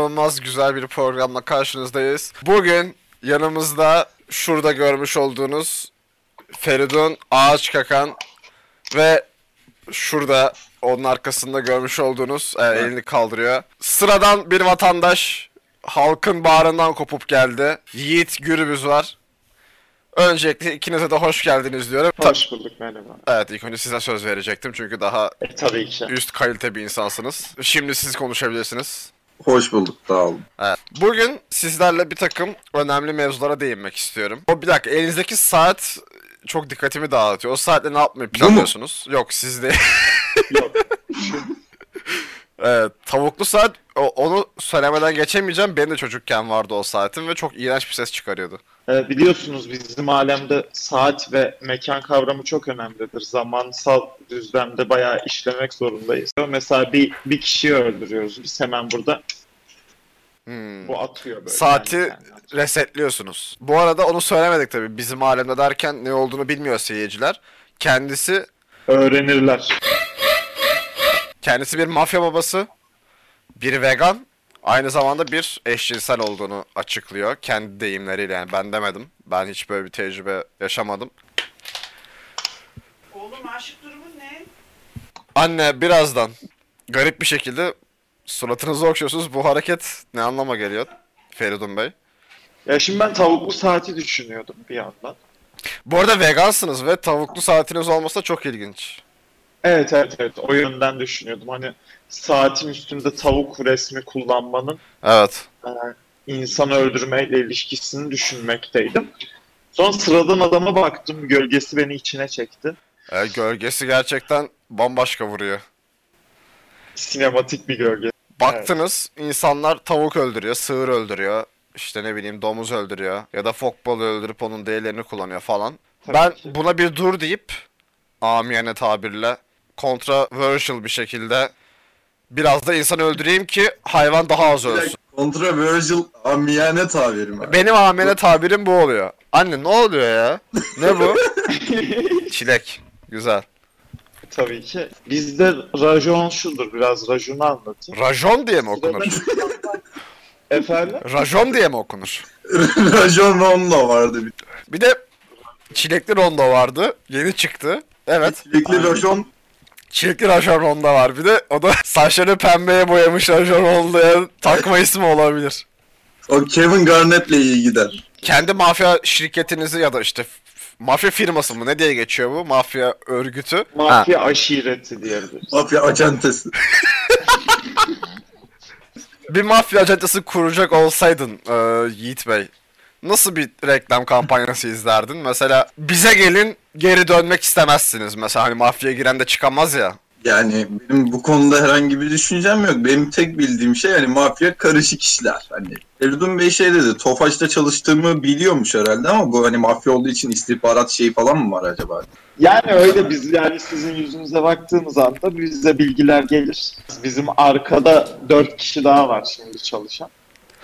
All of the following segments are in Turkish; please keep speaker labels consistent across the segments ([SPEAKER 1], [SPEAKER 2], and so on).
[SPEAKER 1] inanılmaz güzel bir programla karşınızdayız. Bugün yanımızda şurada görmüş olduğunuz Feridun Ağaç Kakan ve şurada onun arkasında görmüş olduğunuz e, elini kaldırıyor. Sıradan bir vatandaş halkın bağrından kopup geldi. Yiğit Gürbüz var. Öncelikle ikinize de hoş geldiniz diyorum. Ta-
[SPEAKER 2] Hoş bulduk merhaba.
[SPEAKER 1] evet ilk önce size söz verecektim çünkü daha
[SPEAKER 2] E, tabii ki.
[SPEAKER 1] üst kalite bir insansınız. Şimdi siz konuşabilirsiniz.
[SPEAKER 3] Hoş bulduk sağ olun.
[SPEAKER 1] Evet. Bugün sizlerle bir takım önemli mevzulara değinmek istiyorum. O bir dakika elinizdeki saat çok dikkatimi dağıtıyor. O saatle ne yapmayı planlıyorsunuz? Yok sizde.
[SPEAKER 2] Yok.
[SPEAKER 1] Evet, tavuklu saat o- onu söylemeden geçemeyeceğim. Benim de çocukken vardı o saatim ve çok iğrenç bir ses çıkarıyordu.
[SPEAKER 2] E, biliyorsunuz bizim alemde saat ve mekan kavramı çok önemlidir. Zamansal düzlemde bayağı işlemek zorundayız. Mesela bir, bir kişiyi öldürüyoruz. Biz hemen burada
[SPEAKER 1] Hmm.
[SPEAKER 2] bu atıyor böyle.
[SPEAKER 1] Saati-
[SPEAKER 2] kendi kendine.
[SPEAKER 1] Resetliyorsunuz. Bu arada onu söylemedik tabii. Bizim alemde derken ne olduğunu bilmiyor seyirciler. Kendisi
[SPEAKER 2] Öğrenirler.
[SPEAKER 1] kendisi bir mafya babası, bir vegan, aynı zamanda bir eşcinsel olduğunu açıklıyor kendi deyimleriyle. Yani ben demedim. Ben hiç böyle bir tecrübe yaşamadım.
[SPEAKER 4] Oğlum aşık durumun ne?
[SPEAKER 1] Anne birazdan garip bir şekilde suratınızı okşuyorsunuz. Bu hareket ne anlama geliyor Feridun Bey?
[SPEAKER 2] Ya şimdi ben tavuklu saati düşünüyordum bir yandan.
[SPEAKER 1] Bu arada vegansınız ve tavuklu saatiniz olması da çok ilginç.
[SPEAKER 2] Evet evet evet o yönden düşünüyordum. Hani saatin üstünde tavuk resmi kullanmanın
[SPEAKER 1] Evet.
[SPEAKER 2] e, insan öldürmeyle ilişkisini düşünmekteydim. Son sıradan adama baktım. Gölgesi beni içine çekti.
[SPEAKER 1] E, gölgesi gerçekten bambaşka vuruyor.
[SPEAKER 2] Sinematik bir gölge.
[SPEAKER 1] Baktınız insanlar tavuk öldürüyor, sığır öldürüyor. işte ne bileyim domuz öldürüyor ya da fok balığı öldürüp onun değerlerini kullanıyor falan.
[SPEAKER 2] Tabii
[SPEAKER 1] ben
[SPEAKER 2] ki.
[SPEAKER 1] buna bir dur deyip amiyane tabirle controversial bir şekilde biraz da insan öldüreyim ki hayvan daha az ölsün.
[SPEAKER 3] Controversial amiyane tabirim abi.
[SPEAKER 1] Benim amele tabirim bu oluyor. Anne ne oluyor ya? Ne bu? Çilek. Güzel.
[SPEAKER 2] Tabii ki. Bizde rajon şudur. Biraz rajonu anlatayım.
[SPEAKER 1] Rajon diye mi okunur?
[SPEAKER 2] Efendim?
[SPEAKER 1] Rajon diye mi okunur?
[SPEAKER 3] Rajon Ron'la vardı bir
[SPEAKER 1] Bir de çilekli rondo vardı. Yeni çıktı. Evet.
[SPEAKER 3] Çilekli Rajon
[SPEAKER 1] Çilekli rajon rondo var. Bir de o da saçlarını pembeye boyamış rajon rondoya takma ismi olabilir.
[SPEAKER 3] o Kevin Garnett'le iyi gider.
[SPEAKER 1] Kendi mafya şirketinizi ya da işte f- mafya firması mı ne diye geçiyor bu? Mafya örgütü. Ha.
[SPEAKER 2] Mafya aşireti diyebiliriz.
[SPEAKER 3] Mafya acentesi.
[SPEAKER 1] Bir mafya ajantası kuracak olsaydın e, Yiğit Bey nasıl bir reklam kampanyası izlerdin? Mesela bize gelin geri dönmek istemezsiniz. Mesela hani mafyaya giren de çıkamaz ya.
[SPEAKER 3] Yani benim bu konuda herhangi bir düşüncem yok. Benim tek bildiğim şey hani mafya karışık işler. Hani Feridun Bey şey dedi. Tofaş'ta çalıştığımı biliyormuş herhalde ama bu hani mafya olduğu için istihbarat şeyi falan mı var acaba?
[SPEAKER 2] Yani öyle biz yani sizin yüzünüze baktığımız anda bize bilgiler gelir. Bizim arkada dört kişi daha var şimdi çalışan.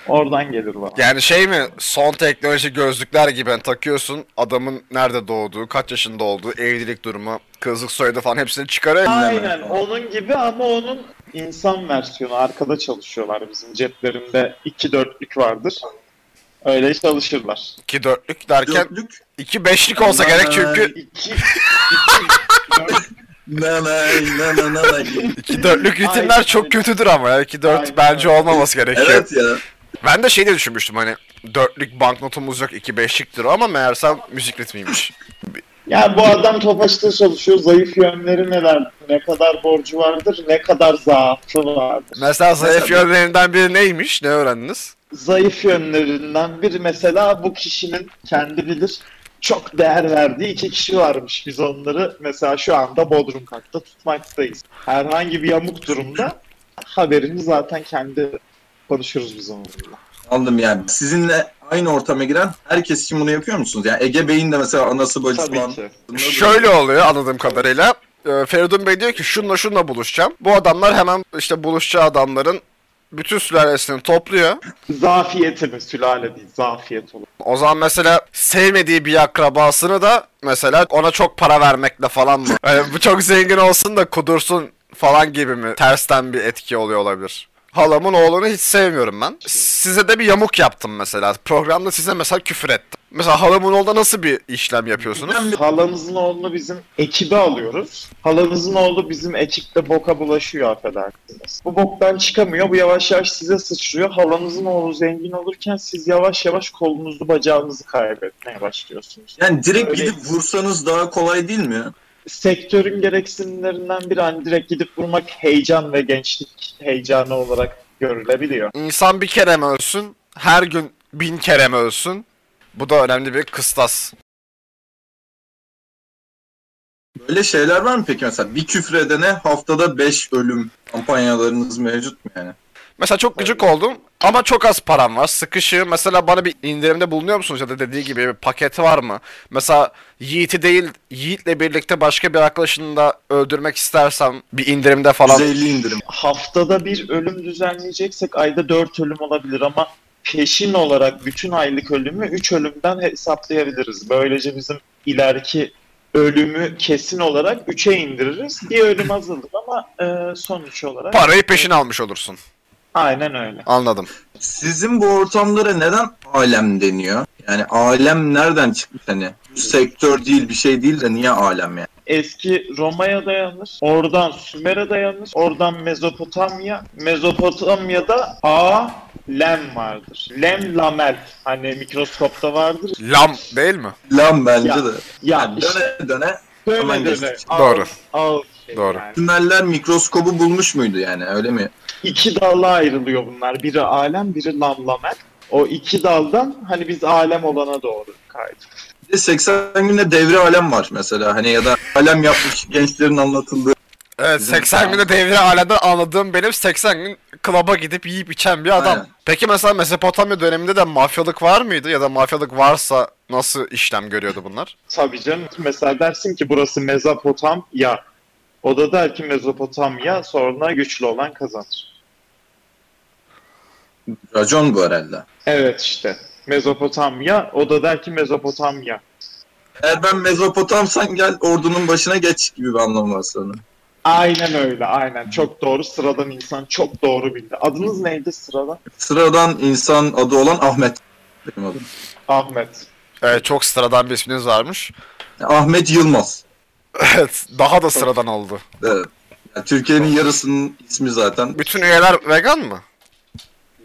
[SPEAKER 2] Oradan gelir bana.
[SPEAKER 1] Yani şey mi son teknoloji gözlükler gibi hani takıyorsun adamın nerede doğduğu, kaç yaşında olduğu, evlilik durumu, kızlık soyadı falan hepsini çıkarıyor.
[SPEAKER 2] Aynen onun gibi ama onun insan versiyonu. Arkada çalışıyorlar bizim ceplerinde iki dörtlük vardır. Öyle çalışırlar.
[SPEAKER 1] İki dörtlük derken
[SPEAKER 3] Dörtlük.
[SPEAKER 1] iki beşlik olsa gerek çünkü
[SPEAKER 2] İki,
[SPEAKER 3] Na na na na na na.
[SPEAKER 1] iki dörtlük ritimler çok kötüdür ama ya. İki dört
[SPEAKER 2] Aynen.
[SPEAKER 1] bence olmaması gerekiyor.
[SPEAKER 3] Evet ya.
[SPEAKER 1] Ben de şey diye düşünmüştüm hani dörtlük banknotumuz yok iki beşliktir o ama meğersem müzik ritmiymiş.
[SPEAKER 2] yani bu adam topaçta çalışıyor. Zayıf yönleri neler? Ne kadar borcu vardır? Ne kadar zaafı vardır?
[SPEAKER 1] Mesela zayıf
[SPEAKER 3] Mesela-
[SPEAKER 1] yönlerinden biri neymiş ne öğrendiniz?
[SPEAKER 2] Zayıf yönlerinden bir mesela bu kişinin kendi bilir çok değer verdiği iki kişi varmış. Biz onları mesela şu anda Bodrum katta tutmaktayız. Herhangi bir yamuk durumda haberini zaten kendi konuşuruz biz onunla.
[SPEAKER 3] Anladım yani. Sizinle aynı ortama giren herkes için bunu yapıyor musunuz? Yani Ege Bey'in de mesela anası bacısı
[SPEAKER 2] Tabii
[SPEAKER 3] falan-
[SPEAKER 2] ki.
[SPEAKER 1] Şöyle oluyor anladığım kadarıyla. Ee, Feridun Bey diyor ki şunla şunla buluşacağım. Bu adamlar hemen işte buluşacağı adamların bütün sülalesini topluyor.
[SPEAKER 2] Zafiyeti mi? Sülale değil. Zafiyet olur.
[SPEAKER 1] O zaman mesela sevmediği bir akrabasını da mesela ona çok para vermekle falan mı? Hani Yani bu çok zengin olsun da kudursun falan gibi mi? Tersten bir etki oluyor olabilir. Halamın oğlunu hiç sevmiyorum ben. Size de bir yamuk yaptım mesela. Programda size mesela küfür ettim. Mesela halamın oğluna nasıl bir işlem yapıyorsunuz?
[SPEAKER 2] Halanızın oğlunu bizim ekibe alıyoruz. Halanızın oğlu bizim ekipte boka bulaşıyor affedersiniz. Bu boktan çıkamıyor. Bu yavaş yavaş size sıçrıyor. Halanızın oğlu zengin olurken siz yavaş yavaş kolunuzu bacağınızı kaybetmeye başlıyorsunuz.
[SPEAKER 3] Yani direkt
[SPEAKER 2] Öyle.
[SPEAKER 3] gidip vursanız daha kolay değil mi?
[SPEAKER 2] Sektörün gereksinimlerinden bir an direkt gidip vurmak heyecan ve gençlik heyecanı olarak görülebiliyor.
[SPEAKER 1] İnsan bir kere mi ölsün? Her gün bin kere mi ölsün? Bu da önemli bir kıstas.
[SPEAKER 3] Böyle şeyler var mı peki mesela? Bir küfredene haftada 5 ölüm kampanyalarınız mevcut mu yani?
[SPEAKER 1] Mesela çok gıcık oldum ama çok az param var. Sıkışığım. Mesela bana bir indirimde bulunuyor musunuz? Ya da dediği gibi bir paketi var mı? Mesela Yiğit'i değil, Yiğit'le birlikte başka bir arkadaşını da öldürmek istersem bir indirimde falan.
[SPEAKER 3] 150 indirim.
[SPEAKER 2] haftada bir ölüm düzenleyeceksek ayda 4 ölüm olabilir ama peşin olarak bütün aylık ölümü 3 ölümden hesaplayabiliriz. Böylece bizim ileriki ölümü kesin olarak 3'e indiririz. Bir ölüm azalır ama e, sonuç olarak
[SPEAKER 1] Parayı peşin almış olursun.
[SPEAKER 2] aynen öyle.
[SPEAKER 1] Anladım.
[SPEAKER 3] Sizin bu ortamlara neden alem deniyor? Yani alem nereden çıkmış hani? Bu Sektör değil bir şey değil de niye alem yani?
[SPEAKER 2] Eski Roma'ya dayanır, oradan Sümer'e dayanır, oradan Mezopotamya. Mezopotamya'da A, lem vardır. Lem, lamel. Hani mikroskopta vardır.
[SPEAKER 1] Lam değil mi?
[SPEAKER 3] Lan bence
[SPEAKER 2] Ya,
[SPEAKER 3] de.
[SPEAKER 2] Ya
[SPEAKER 3] Yani
[SPEAKER 2] işte
[SPEAKER 3] döne döne Aman
[SPEAKER 2] Döne döne.
[SPEAKER 3] geçtik.
[SPEAKER 1] Doğru.
[SPEAKER 2] Ağır- ağır şey
[SPEAKER 1] Doğru.
[SPEAKER 2] yani.
[SPEAKER 3] tüneller mikroskobu bulmuş muydu yani öyle mi?
[SPEAKER 2] İki dala ayrılıyor bunlar. Biri alem, biri lamlamel. O iki daldan hani biz alem olana doğru kaydık.
[SPEAKER 3] Bir de 80 günde devre alem var mesela hani ya da alem yapmış gençlerin anlatıldığı.
[SPEAKER 1] Evet
[SPEAKER 3] Bizim
[SPEAKER 1] 80 günde devre alemden anladığım benim 80 gün klaba gidip yiyip içen bir adam.
[SPEAKER 3] Aynen.
[SPEAKER 1] Peki mesela Mezopotamya döneminde de mafyalık var mıydı? Ya da mafyalık varsa nasıl işlem görüyordu bunlar?
[SPEAKER 2] Tabii canım. Mesela dersin ki burası Mezopotamya. O da der ki Mezopotamya sonra güçlü olan kazanır.
[SPEAKER 3] Racon bu herhalde.
[SPEAKER 2] Evet işte. Mezopotamya. O da der ki Mezopotamya.
[SPEAKER 3] Eğer ben Mezopotamsan gel ordunun başına geç gibi bir anlamı var sanırım.
[SPEAKER 2] Aynen öyle. Aynen. Çok doğru. Sıradan insan çok doğru bildi. Adınız neydi sıradan?
[SPEAKER 3] Sıradan insan adı olan Ahmet. Benim adım.
[SPEAKER 2] Ahmet.
[SPEAKER 1] Evet çok sıradan bir isminiz varmış.
[SPEAKER 3] Ahmet Yılmaz.
[SPEAKER 1] Evet daha da sıradan oldu.
[SPEAKER 3] Evet. Yani Türkiye'nin yarısının ismi zaten.
[SPEAKER 1] Bütün üyeler vegan mı?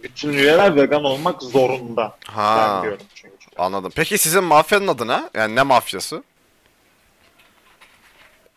[SPEAKER 2] Bütün üyeler vegan olmak zorunda.
[SPEAKER 1] Ha
[SPEAKER 2] Ben diyorum çünkü.
[SPEAKER 1] anladım. Peki sizin mafyanın adı ne? Yani ne mafyası?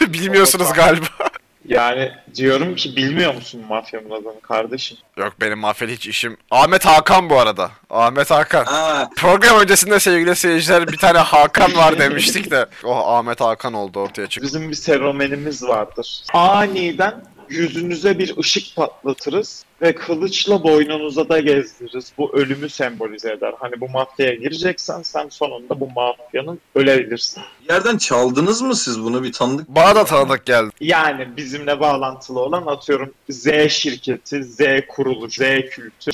[SPEAKER 1] Bilmiyorsunuz galiba.
[SPEAKER 2] Yani diyorum ki bilmiyor musun mafyanın adını kardeşim?
[SPEAKER 1] Yok benim mafyalı hiç işim. Ahmet Hakan bu arada. Ahmet Hakan.
[SPEAKER 3] Ha,
[SPEAKER 1] Program öncesinde sevgili seyirciler bir tane Hakan var demiştik de. Oh Ahmet Hakan oldu ortaya çıktı.
[SPEAKER 2] Bizim bir seromenimiz vardır. Aniden yüzünüze bir ışık patlatırız ve kılıçla boynunuza da gezdiririz. Bu ölümü sembolize eder. Hani bu mafyaya gireceksen sen sonunda bu mafyanın ölebilirsin.
[SPEAKER 3] bir yerden çaldınız mı siz bunu bir tanıdık?
[SPEAKER 1] Bana da tanıdık geldi.
[SPEAKER 2] Yani bizimle bağlantılı olan atıyorum Z şirketi, Z kurulu, Z kültü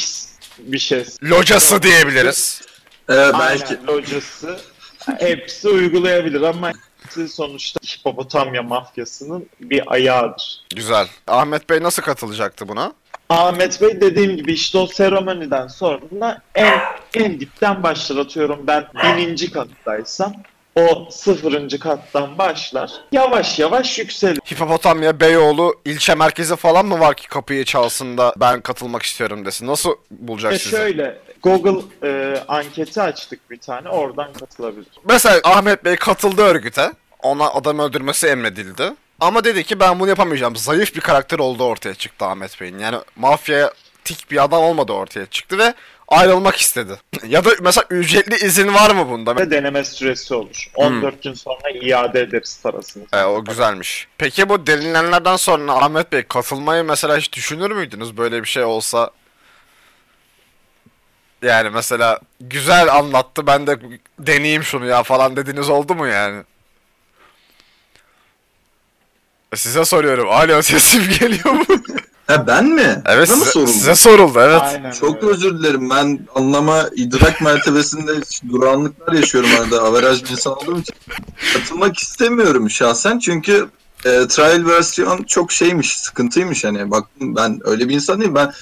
[SPEAKER 2] bir şey.
[SPEAKER 1] Locası diyebiliriz.
[SPEAKER 3] Ee, belki.
[SPEAKER 2] Aynen, locası. Hepsi uygulayabilir ama hepsi sonuçta Hipopotamya mafyasının bir ayağıdır.
[SPEAKER 1] Güzel. Ahmet Bey nasıl katılacaktı buna?
[SPEAKER 2] Ahmet Bey dediğim gibi işte o seremoniden sonra en, en dipten başlar atıyorum ben bininci kattaysam o sıfırıncı kattan başlar. Yavaş yavaş yükselir.
[SPEAKER 1] Hipopotamya, Beyoğlu, ilçe merkezi falan mı var ki kapıyı çalsın da ben katılmak istiyorum desin? Nasıl bulacak
[SPEAKER 2] Ve
[SPEAKER 1] sizi?
[SPEAKER 2] şöyle Google e, anketi açtık bir tane oradan katılabilir.
[SPEAKER 1] Mesela Ahmet Bey katıldı örgüte. Ona adam öldürmesi emredildi. Ama dedi ki ben bunu yapamayacağım. Zayıf bir karakter oldu ortaya çıktı Ahmet Bey'in. Yani mafya tik bir adam olmadı ortaya çıktı ve ayrılmak istedi. ya da mesela ücretli izin var mı bunda?
[SPEAKER 2] Ve deneme süresi olur.
[SPEAKER 3] Hmm.
[SPEAKER 2] 14 gün sonra iade ederiz parasını.
[SPEAKER 1] E, o güzelmiş. Peki bu delinenlerden sonra Ahmet Bey katılmayı mesela hiç düşünür müydünüz böyle bir şey olsa? Yani mesela güzel anlattı ben de deneyeyim şunu ya falan dediniz oldu mu yani? E, Size soruyorum. Alo sesim geliyor mu?
[SPEAKER 3] Ha, ben mi?
[SPEAKER 1] evet
[SPEAKER 3] Bana mı
[SPEAKER 1] size,
[SPEAKER 3] soruldu?
[SPEAKER 1] size soruldu evet.
[SPEAKER 2] Aynen
[SPEAKER 3] Çok
[SPEAKER 2] öyle.
[SPEAKER 3] özür dilerim. Ben anlama idrak mertebesinde durağanlıklar yaşıyorum arada. Averaj bir insan olduğum için. Katılmak istemiyorum şahsen çünkü e, trial versiyon çok şeymiş, sıkıntıymış hani. Baktım ben öyle bir insan değilim. Ben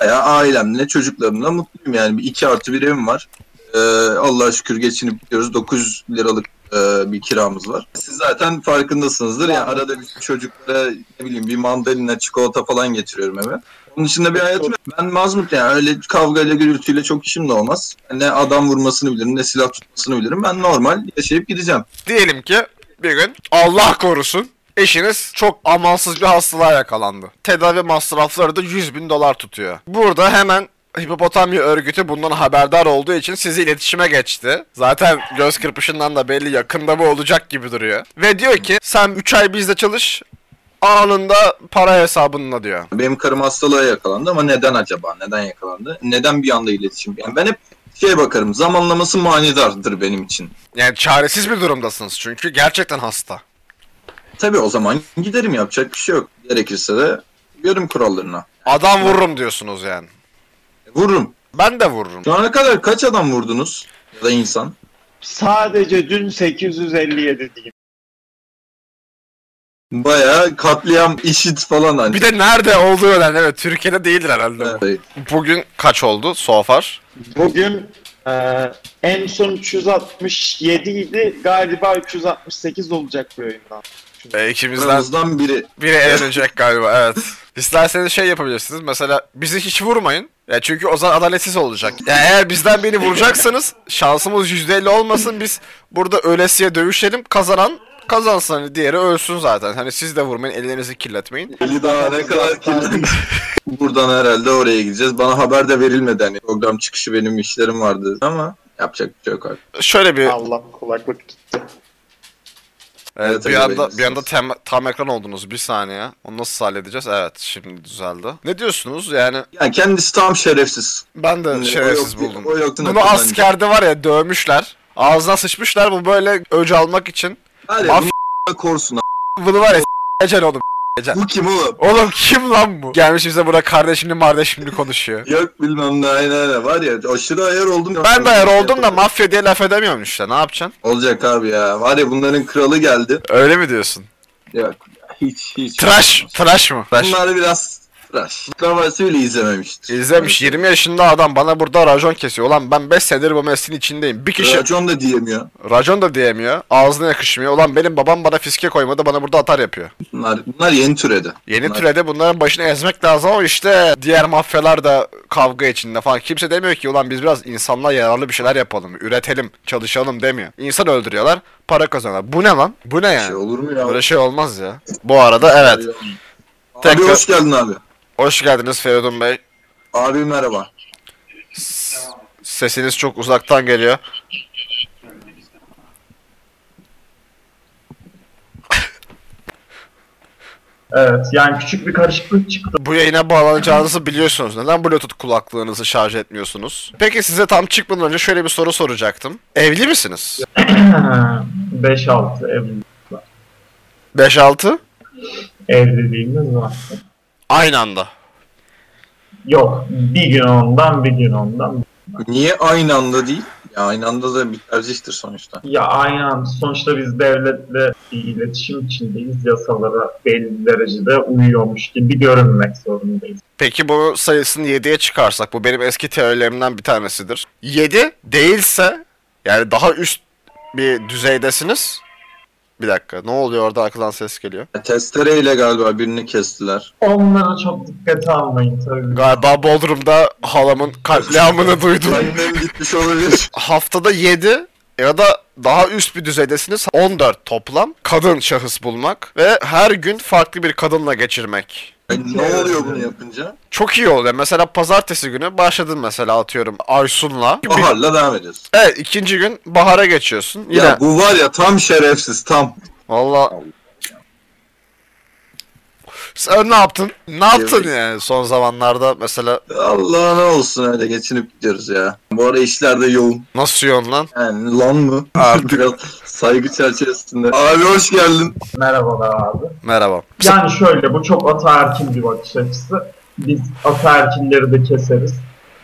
[SPEAKER 3] bayağı ailemle, çocuklarımla mutluyum yani. Bir iki artı bir evim var. E, Allah'a şükür geçinip gidiyoruz. 900 liralık e, bir kiramız var. Siz zaten farkındasınızdır. ya arada bir çocuklara ne bileyim bir mandalina, çikolata falan getiriyorum eve. Onun dışında bir hayatım yok. Ben mazmut yani öyle kavgayla gürültüyle çok işim de olmaz. Ne adam vurmasını bilirim ne silah tutmasını bilirim. Ben normal yaşayıp gideceğim.
[SPEAKER 1] Diyelim ki bir gün Allah korusun eşiniz çok amansız bir hastalığa yakalandı. Tedavi masrafları da 100 bin dolar tutuyor. Burada hemen Hipopotamya örgütü bundan haberdar olduğu için sizi iletişime geçti. Zaten göz kırpışından da belli yakında bu olacak gibi duruyor. Ve diyor ki sen 3 ay bizde çalış anında para hesabınla diyor.
[SPEAKER 3] Benim karım hastalığa yakalandı ama neden acaba? Neden yakalandı? Neden bir anda iletişim? Yani ben hep şeye bakarım. Zamanlaması manidardır benim için.
[SPEAKER 1] Yani çaresiz bir durumdasınız çünkü gerçekten hasta.
[SPEAKER 3] Tabii o zaman giderim yapacak bir şey yok. Gerekirse de uyarım kurallarına.
[SPEAKER 1] Adam vururum diyorsunuz yani.
[SPEAKER 3] Vururum.
[SPEAKER 1] Ben de vururum.
[SPEAKER 3] Şu ana kadar kaç adam vurdunuz? Ya da insan?
[SPEAKER 2] Sadece dün 857 diyeyim.
[SPEAKER 3] Bayağı katliam, işit falan hani.
[SPEAKER 1] Bir de nerede olduğu önemli. Evet Türkiye'de değildir herhalde. bu.
[SPEAKER 3] Evet.
[SPEAKER 1] Bugün kaç oldu so far?
[SPEAKER 2] Bugün e, en son 367 idi. Galiba 368 olacak bu yayından.
[SPEAKER 1] E, ikimizden
[SPEAKER 3] Aramızdan biri.
[SPEAKER 1] biri elenecek galiba evet. İsterseniz şey yapabilirsiniz mesela bizi hiç vurmayın. Ya çünkü o zaman adaletsiz olacak. Ya eğer bizden birini vuracaksanız şansımız %50 olmasın biz burada ölesiye dövüşelim kazanan kazansın hani diğeri ölsün zaten. Hani siz de vurmayın ellerinizi kirletmeyin.
[SPEAKER 3] Eli daha ne kadar kirlendi. Buradan herhalde oraya gideceğiz. Bana haber de verilmedi. Hani program çıkışı benim işlerim vardı ama yapacak bir şey yok artık.
[SPEAKER 1] Şöyle bir
[SPEAKER 2] Allah kulaklık gitti.
[SPEAKER 1] Evet,
[SPEAKER 3] Evet,
[SPEAKER 1] bir
[SPEAKER 3] öyle
[SPEAKER 1] anda
[SPEAKER 3] belirsiz.
[SPEAKER 1] bir anda tem- tam ekran oldunuz bir saniye. Onu nasıl halledeceğiz? Evet şimdi düzeldi. Ne diyorsunuz yani?
[SPEAKER 3] Yani kendisi tam şerefsiz.
[SPEAKER 1] Ben de
[SPEAKER 3] Hani
[SPEAKER 1] şerefsiz
[SPEAKER 3] o yoktu-
[SPEAKER 1] buldum.
[SPEAKER 3] O yoktu
[SPEAKER 1] Bunu
[SPEAKER 3] noktadan
[SPEAKER 1] askerde var ya dövmüşler. Ağzına sıçmışlar bu böyle öc almak için.
[SPEAKER 3] Hadi
[SPEAKER 1] Mafya-
[SPEAKER 3] bunu korsun. a**.
[SPEAKER 1] Bunu var ya s**ecen oğlum.
[SPEAKER 3] Bu kim oğlum?
[SPEAKER 1] Oğlum kim lan bu? Gelmiş bize burada kardeşimli mardeşimli konuşuyor.
[SPEAKER 3] Yok bilmem ne aynen aynen. Var ya aşırı ayar oldum. ya.
[SPEAKER 1] Ben de ayar oldum da mafya diye laf edemiyorum işte ne yapacaksın?
[SPEAKER 3] Olacak abi ya. Var ya bunların kralı geldi.
[SPEAKER 1] Öyle mi diyorsun?
[SPEAKER 3] Yok ya, hiç hiç.
[SPEAKER 1] Trash, trash mı? Trash.
[SPEAKER 3] Bunlar biraz trash. Kravası bile izlememiştir.
[SPEAKER 1] İzlemiş 20 yaşında adam bana burada racon kesiyor. Ulan ben 5 senedir bu mesleğin içindeyim. Bir şey- kişi
[SPEAKER 3] Racon da diyemiyor.
[SPEAKER 1] Racon da diyemiyor. Ağzına yakışmıyor. Ulan benim babam bana fiske koymadı. Bana burada atar yapıyor.
[SPEAKER 3] Bunlar, bunlar yeni türedi.
[SPEAKER 1] Yeni
[SPEAKER 3] Bunlar-
[SPEAKER 1] türede bunların başını ezmek lazım ama işte diğer mafyalar da kavga içinde falan. Kimse demiyor ki ulan biz biraz insanlığa yararlı bir şeyler yapalım. Üretelim, çalışalım demiyor. İnsan öldürüyorlar, para kazanıyorlar. Bu ne lan? Bu ne
[SPEAKER 3] Bir şey
[SPEAKER 1] yani?
[SPEAKER 3] olur mu ya?
[SPEAKER 1] Böyle şey olmaz ya. Bu arada evet.
[SPEAKER 3] Abi
[SPEAKER 1] Tekrar-
[SPEAKER 3] hoş geldin abi.
[SPEAKER 1] Hoş geldiniz Feridun Bey.
[SPEAKER 3] Abi merhaba.
[SPEAKER 1] S- Sesiniz çok uzaktan geliyor.
[SPEAKER 4] Evet yani küçük bir karışıklık çıktı.
[SPEAKER 1] Bu yayına bağlanacağınızı biliyorsunuz. Neden Bluetooth kulaklığınızı şarj etmiyorsunuz? Peki size tam çıkmadan önce şöyle bir soru soracaktım. Evli misiniz?
[SPEAKER 4] 5-6 evli,
[SPEAKER 1] 5-6?
[SPEAKER 4] evliliğimiz var.
[SPEAKER 1] Aynı anda.
[SPEAKER 4] Yok bir gün ondan bir gün ondan.
[SPEAKER 3] Niye aynı anda değil? Ya aynı anda da bir tercihtir sonuçta.
[SPEAKER 4] Ya aynen sonuçta biz devletle bir iletişim içindeyiz. Yasalara belli derecede uyuyormuş gibi görünmek zorundayız.
[SPEAKER 1] Peki bu sayısını 7'ye çıkarsak bu benim eski teorilerimden bir tanesidir. 7 değilse yani daha üst bir düzeydesiniz. Bir dakika ne oluyor orada arkadan ses geliyor.
[SPEAKER 3] Testereyle galiba birini kestiler.
[SPEAKER 4] Onlara çok dikkate almayın tabii.
[SPEAKER 1] Galiba Bodrum'da halamın katliamını duydum.
[SPEAKER 3] Annem gitmiş olabilir.
[SPEAKER 1] Haftada 7 ya da daha üst bir düzeydesiniz. 14 toplam kadın şahıs bulmak ve her gün farklı bir kadınla geçirmek.
[SPEAKER 3] Ay, ne oluyor bunu yapınca?
[SPEAKER 1] Çok iyi oluyor. Mesela pazartesi günü başladın mesela atıyorum Aysun'la.
[SPEAKER 3] Baharla devam ediyoruz.
[SPEAKER 1] Evet ikinci gün bahara geçiyorsun. Yine.
[SPEAKER 3] Ya bu var ya tam şerefsiz tam.
[SPEAKER 1] Valla. Sen ne yaptın? Ne yaptın
[SPEAKER 3] Evet.
[SPEAKER 1] yani son zamanlarda mesela
[SPEAKER 3] Allah ne olsun öyle geçinip gidiyoruz ya. Bu ara işler de yoğun.
[SPEAKER 1] nasıl yiyorsun lan?
[SPEAKER 3] Yani lan mı?
[SPEAKER 1] Artık.
[SPEAKER 3] Biraz saygı çerçevesinde. Abi hoş geldin.
[SPEAKER 4] Merhabalar abi.
[SPEAKER 1] Merhaba.
[SPEAKER 4] Yani şöyle bu çok ataerkil bir bakış açısı. Biz ataerkilleri de keseriz.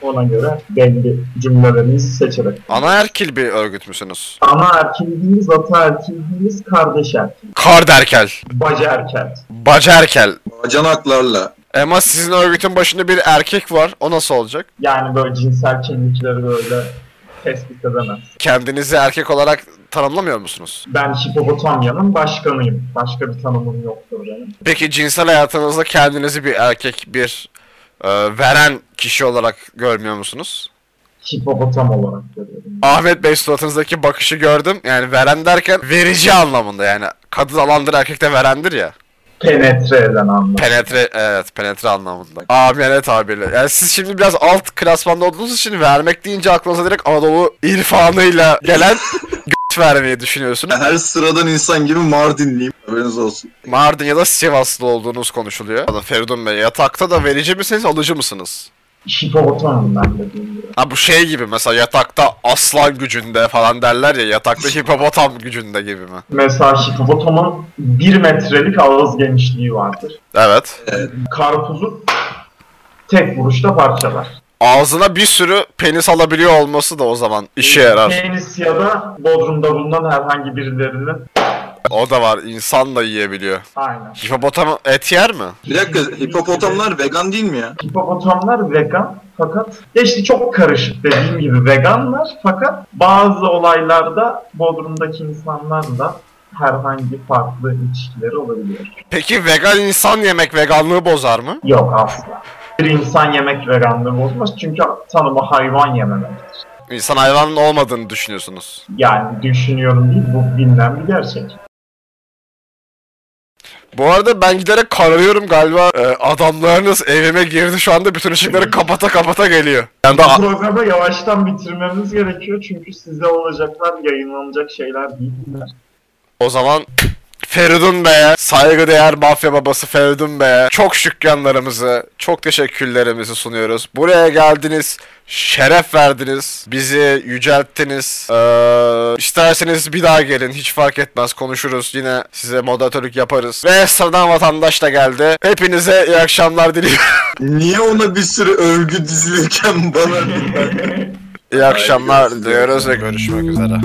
[SPEAKER 4] Ona göre belli cümlelerimizi seçerek.
[SPEAKER 1] Anaerkil bir örgüt müsünüz?
[SPEAKER 4] Ana erkildiğimiz, ata erkildiğimiz, kardeş erkil,
[SPEAKER 1] Karderkel,
[SPEAKER 4] bacı erkel.
[SPEAKER 1] bacerkel.
[SPEAKER 3] Bacanaklarla.
[SPEAKER 1] Ama sizin örgütün başında bir erkek var. O nasıl olacak?
[SPEAKER 4] Yani böyle cinsel kimlikleri böyle tespit edemez.
[SPEAKER 1] Kendinizi erkek olarak tanımlamıyor musunuz?
[SPEAKER 4] Ben Hipopotamya'nın başkanıyım. Başka bir tanımım yoktur benim.
[SPEAKER 1] Peki cinsel hayatınızda kendinizi bir erkek, bir e, veren kişi olarak görmüyor musunuz?
[SPEAKER 4] Hipopotam olarak görüyorum.
[SPEAKER 1] Ahmet Bey suratınızdaki bakışı gördüm. Yani veren derken verici anlamında yani. Kadın alandır erkek de verendir ya.
[SPEAKER 4] Penetre eden anlamı.
[SPEAKER 1] Penetre, evet penetre anlamında. Amene tabirle. Yani siz şimdi biraz alt klasmanda olduğunuz için vermek deyince aklınıza direkt Anadolu irfanıyla gelen g- vermeyi düşünüyorsunuz.
[SPEAKER 3] Her sıradan insan gibi Mardinliyim. Haberiniz olsun.
[SPEAKER 1] Mardin ya da Sivaslı olduğunuz konuşuluyor. Feridun Bey yatakta da verici misiniz alıcı mısınız?
[SPEAKER 4] Hipopotamım ben dediğim gibi.
[SPEAKER 1] Ha bu şey gibi mesela yatakta aslan gücünde falan derler ya yatakta hipopotam gücünde gibi mi?
[SPEAKER 4] Mesela hipopotamın bir metrelik ağız genişliği vardır.
[SPEAKER 1] Evet.
[SPEAKER 4] Karpuzu tek vuruşta parçalar.
[SPEAKER 1] Ağzına bir sürü penis alabiliyor olması da o zaman işe yarar.
[SPEAKER 4] Penis ya da Bodrum'da bulunan herhangi birilerinin.
[SPEAKER 1] O da var insan da yiyebiliyor.
[SPEAKER 4] Aynen.
[SPEAKER 1] Hipopotam et yer mi?
[SPEAKER 3] Bir dakika hipopotamlar vegan değil mi ya?
[SPEAKER 4] Hipopotamlar vegan fakat ya işte çok karışık dediğim gibi veganlar fakat bazı olaylarda Bodrum'daki insanlar da herhangi farklı ilişkileri olabiliyor.
[SPEAKER 1] Peki vegan insan yemek veganlığı bozar mı?
[SPEAKER 4] Yok asla. Bir insan yemek veganlığı bozmaz çünkü tanımı hayvan yememektir.
[SPEAKER 1] İnsan hayvanın olmadığını düşünüyorsunuz.
[SPEAKER 4] Yani düşünüyorum değil bu bilinen bir gerçek.
[SPEAKER 1] Bu arada ben giderek kararıyorum galiba e, adamlarınız evime girdi şu anda bütün ışıkları kapata kapata geliyor. Yani
[SPEAKER 4] Bu
[SPEAKER 1] daha
[SPEAKER 4] programı yavaştan bitirmemiz gerekiyor çünkü size olacaklar yayınlanacak şeyler değil.
[SPEAKER 1] o zaman Feridun Bey'e, saygıdeğer mafya babası Feridun Bey'e çok şükranlarımızı, çok teşekkürlerimizi sunuyoruz. Buraya geldiniz, şeref verdiniz, bizi yücelttiniz. Ee, isterseniz bir daha gelin, hiç fark etmez konuşuruz. Yine size moderatörlük yaparız. Ve sıradan vatandaş da geldi. Hepinize iyi akşamlar diliyorum.
[SPEAKER 3] Niye ona bir sürü övgü dizilirken bana...
[SPEAKER 1] iyi akşamlar diliyoruz ve görüşmek üzere.